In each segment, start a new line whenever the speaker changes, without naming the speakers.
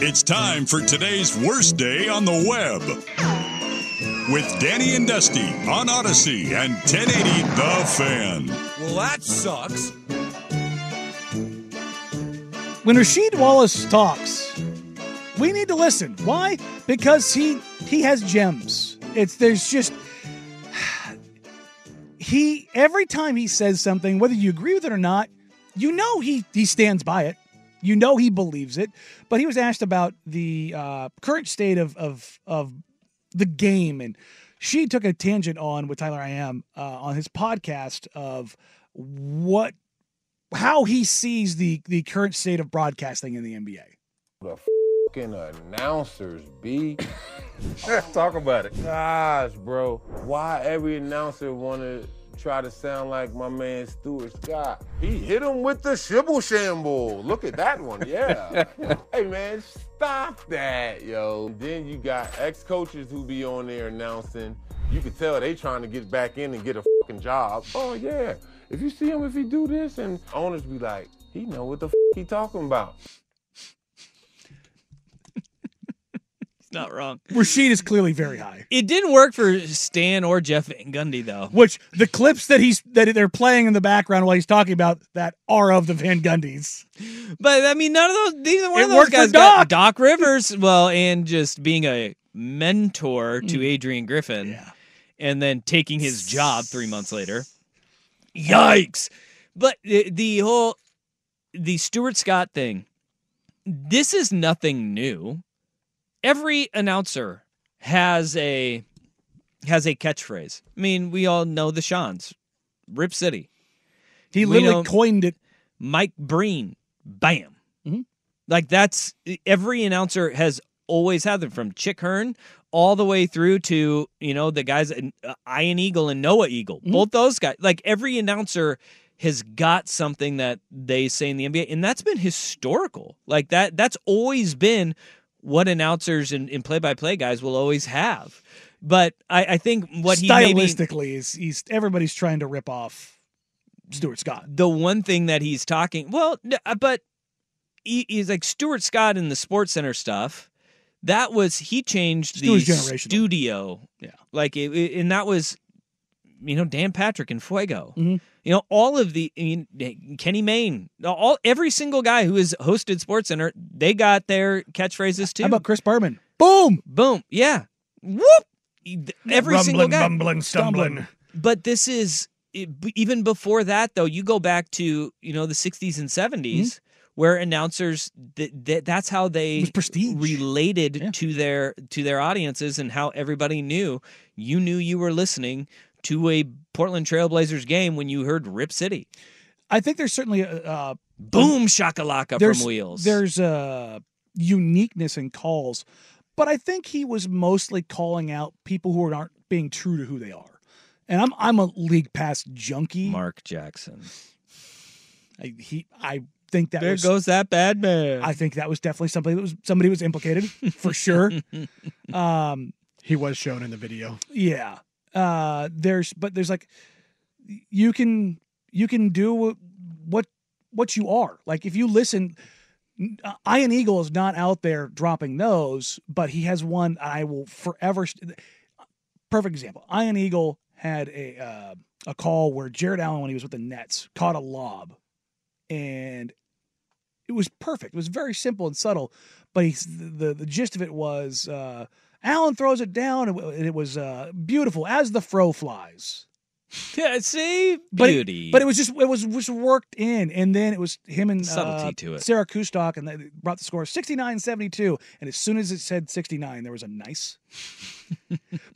It's time for today's worst day on the web with Danny and Dusty on Odyssey and 1080 The Fan.
Well, that sucks.
When Rasheed Wallace talks, we need to listen. Why? Because he he has gems. It's there's just he every time he says something, whether you agree with it or not, you know he he stands by it. You know he believes it. But he was asked about the uh, current state of of of the game, and she took a tangent on with Tyler I am uh, on his podcast of what how he sees the the current state of broadcasting in the NBA.
fucking announcers, B. Talk about it. Gosh, bro. Why every announcer wanna try to sound like my man Stuart Scott? He hit him with the shibble shamble. Look at that one, yeah. hey man, stop that, yo. And then you got ex-coaches who be on there announcing. You could tell they trying to get back in and get a fucking job. Oh yeah. If you see him, if he do this, and owners be like, he know what the f- he talking about.
Not wrong.
Rasheed is clearly very high.
It didn't work for Stan or Jeff Van Gundy though.
Which the clips that he's that they're playing in the background while he's talking about that are of the Van Gundys.
But I mean, none of those. Neither one
It
of those
worked for
guys got
Doc.
Doc Rivers. Well, and just being a mentor to Adrian Griffin, and then taking his job three months later. Yikes! But the, the whole the Stuart Scott thing. This is nothing new. Every announcer has a has a catchphrase. I mean, we all know the Shans, Rip City.
He
We
literally
don't-
coined it.
Mike Breen, bam. Like that's every announcer has always had them from Chick Hearn all the way through to you know the guys uh, Ian Eagle and Noah Eagle. Both those guys, like every announcer has got something that they say in the NBA, and that's been historical. Like that, that's always been what announcers and, and play-by-play guys will always have. But I, I think what he maybe
stylistically is he's everybody's trying to rip off Stuart Scott.
the one thing that he's talking well n- uh, but he, he's like Stuart Scott in the sports center stuff that was he changed
It
the
was generational.
studio
Yeah.
like it, it- and that was you know Dan Patrick and Fuego
Mhm.
you know all of the I mean, eh, Kenny Mayne all every single guy who has hosted sports center they got their catchphrases too
How about Chris Berman? Boom!
boom yeah whoop every single guy
stumbling.
but this is it- b- even before that though you go back to you know the 60s and 70s where announcers th- th- that's how
Mm-hmm. It
they
was prestige.
related
Yeah.
to their to their audiences and how everybody knew you knew you were listening to a portland trailblazers game when you heard rip city
I think there's certainly a uh,
boom shakalaka
there's,
uh, from wheels
There's a uniqueness in calls, but I think he was mostly calling out people who aren't being true to who they are. And I'm I'm a league pass junkie.
mark jackson
I, he I think that
there
was
goes that bad man
I think that was definitely something that was somebody was implicated for sure. um,
He was shown in the video.
yeah. Uh, there's but there's like you can you can do what what, what you are. Like if you listen uh, Ian Eagle is not out there dropping those, but he has one I will forever st- perfect example. Ian Eagle had a uh, a call where Jared Allen when he was with the Nets caught a lob and it was perfect. It was very simple and subtle, but he's, the the gist of it was uh, Allen throws it down, and it was uh, beautiful as the fro flies.
Yeah, see,
But it-
beauty.
but it was just it was was worked in, and then it was him and
Subtlety
uh,
to it.
Sarah Kustok, and they brought the score 69-72. And as soon as it said sixty nine, there was a nice.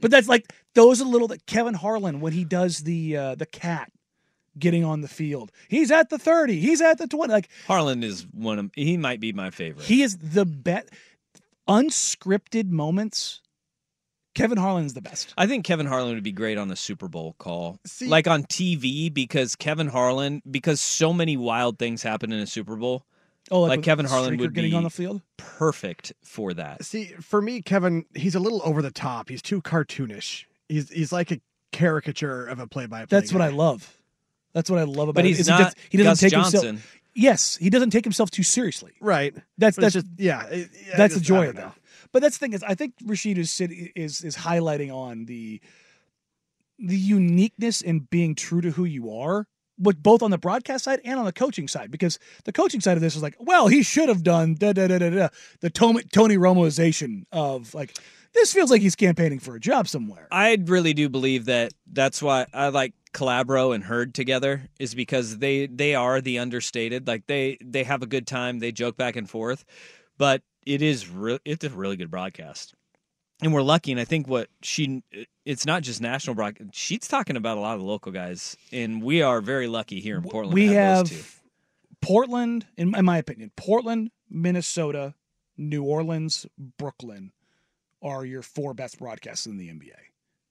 but that's like those are little that Kevin Harlan when he does the uh, the cat getting on the field. He's at the thirty. He's at the twenty. Like
Harlan is one of he might be my favorite.
he is the best. Unscripted moments. Kevin Harlan is the best.
I think Kevin Harlan would be great on a Super Bowl call,
See-
like on TV, because Kevin Harlan, because so many wild things happen in a Super Bowl.
Oh,
Like
with
Kevin Harlan
Streaker
would
getting
be-
on the field.
Perfect for that.
See, for me, Kevin, he's a little over the top. He's too cartoonish. He's he's like a caricature of a play-by-play.
That's what
guy.
I love. That's what I love about.
But
it,
he's
is
not.
He, does, he doesn't
Gus
take
Johnson.
himself. Yes, he doesn't take himself too seriously.
Right.
That's
But
that's
it's just yeah. it- I
that's the
just- I
joy
don't
of
know.
that. But that's the thing is, I think Rashid is sit- is is highlighting on the the uniqueness in being true to who you are, but both on the broadcast side and on the coaching side, because the coaching side of this is like, well, he should have done da da da da da the Tony, Tony Romoization of like this feels like he's campaigning for a job somewhere.
I really do believe that that's why I like Calabro and Hurd together is because they they are the understated. Like they they have a good time, they joke back and forth, but it is re- it's a really good broadcast. And we're lucky, and I think what she it's not just national broadcast. She's talking about a lot of local guys, and we are very lucky here in Portland. to
we
have,
have
those two.
Portland, in my, in my opinion, Portland, Minnesota, New Orleans, Brooklyn are your four best broadcasts in the NBA.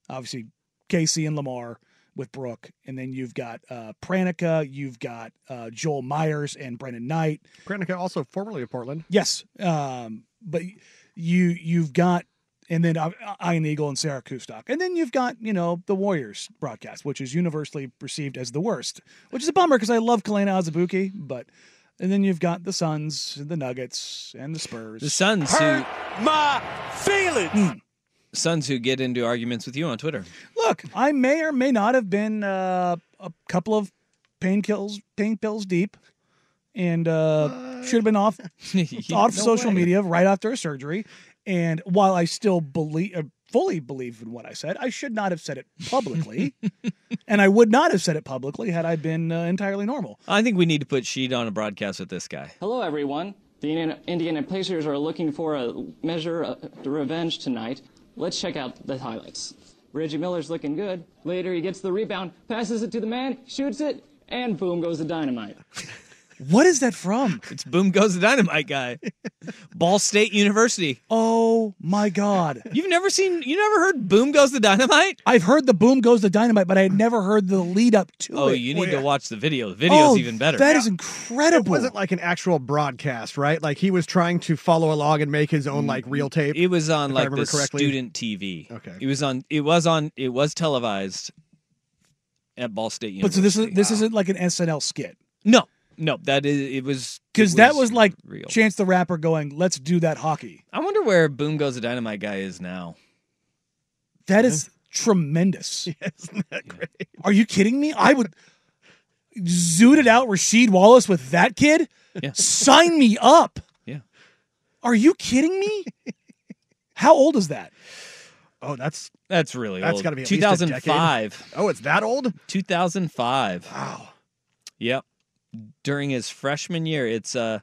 Obviously, Casey and Lamar with Brooke, and then you've got uh, Pranica, you've got uh, Joel Myers and Brendan Knight.
Pranica also formerly of Portland.
Yes, um, but you you've got. And then uh, Ian Eagle and Sarah Kustok. And then you've got, you know, the Warriors broadcast, which is universally perceived as the worst, which is a bummer because I love Kalena Azabuki, but and then you've got the Suns, and the Nuggets, and the Spurs.
the sons who sons who get into arguments with you on Twitter.
Look, I may or may not have been uh, a couple of pain kills, pain pills deep, and uh, should have been off off social media right after a surgery. And while I still believe, uh, fully believe in what I said, I should not have said it publicly, and I would not have said it publicly had I been uh, entirely normal.
I think we need to put Sheed on a broadcast with this guy.
Hello, everyone. The Indiana, Indiana Pacers are looking for a measure of revenge tonight. Let's check out the highlights. Reggie Miller's looking good. Later, he gets the rebound, passes it to the man, shoots it, and boom goes the dynamite.
What is that from?
It's Boom Goes the Dynamite guy. Ball State University.
Oh my god.
You've never seen, you never heard Boom Goes the Dynamite?
I've heard the boom goes the dynamite, but I had never heard the lead up to
Oh,
it.
you need to watch the video. The video's
Oh,
even better.
That is
It
incredible.
wasn't like an actual broadcast, right? Like he was trying to follow along and make his own like
Mm-hmm.
real tape.
it was on
if I
like
remember
the
correctly.
student TV.
Okay.
It was on, it was on, it was televised at Ball State
but so
University.
this is this isn't like an SNL skit
no, no, that is, it was. it
because that was like
real.
Chance the Rapper going, "Let's do that hockey."
I wonder where Boom Goes the Dynamite guy is now.
That is tremendous.
Isn't that great?
Are you kidding me? I would zooted out Rasheed Wallace with that kid.
Yeah.
Sign me up.
Yeah.
Are you kidding me? How old is that?
Oh, that's
That's really
That's
old.
gotta be at least a decade.
2005.
oh, it's that old.
2005.
Wow.
Yep. During his freshman year, it's uh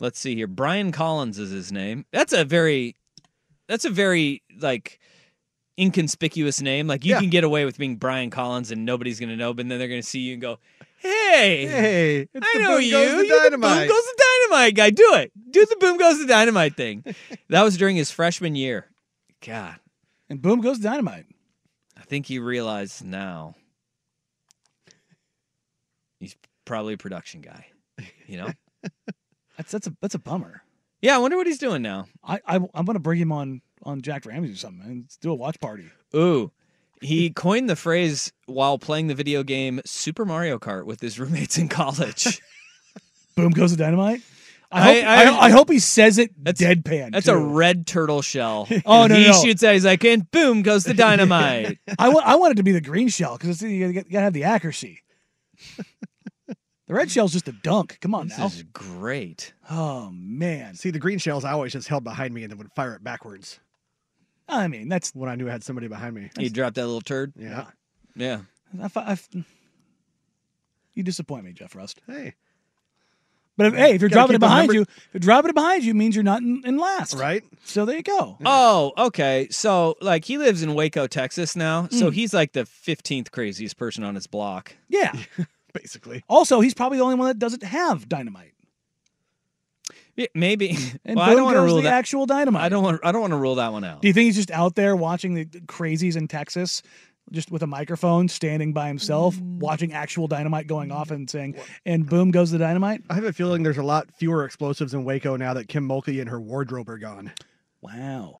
let's see here. Brian Collins is his name. That's a very that's a very like inconspicuous name. Like you
Yeah.
can get away with being Brian Collins and nobody's going to know, but then they're going to see you and go, "Hey,
Hey, it's
I
the
know
Boom
you.
Goes the
You're the
Dynamite.
boom goes the dynamite guy. Do it. Do the boom goes the dynamite thing." that was during his freshman year. God,
And boom goes dynamite.
I think he realized now he's probably a production guy. You know?
That's that's a that's a bummer.
yeah, I wonder what he's doing now.
I, I I'm gonna bring him on on Jack Ramsey or something and let's do a watch party.
Ooh. He coined the phrase while playing the video game Super Mario Kart with his roommates in college.
Boom goes the dynamite. I hope,
I-
I,
I-
I hope he says it
That's-
deadpan.
That's
too.
a red turtle shell.
Oh,
And
no,
He
no.
shoots out. He's like, and boom goes the dynamite.
I, wa- I want it to be the green shell because you gotta, you gotta have the accuracy. The red shell's just a dunk. Come on
This
now.
is great.
Oh man.
See, the green shells I always just held behind me and then would fire it backwards
I mean, that's
when I knew I had somebody behind me.
You dropped that little turd.
Yeah.
Yeah.
I, fi- I f- you disappoint me, Jeff Rust.
Hey.
But if, hey, if you're dropping
Gotta
it
keep the
behind
number-
you, if you're dropping it behind you, it means you're not in, in last.
Right?
So there you go.
Oh, okay. So like he lives in Waco, Texas now. So he's like the 15th craziest person on his block.
Yeah.
Basically.
Also, he's probably the only one that doesn't have dynamite.
Yeah, maybe.
And
well, I
Bill
don't want to
Gore's
rule
the
that.
actual dynamite.
I don't want. I don't want to rule that one out.
Do you think he's just out there watching the crazies in Texas, just with a microphone, standing by himself, watching actual dynamite going off and saying, and boom goes the dynamite?
I have a feeling there's a lot fewer explosives in Waco now that Kim Mulkey and her wardrobe are gone.
Wow.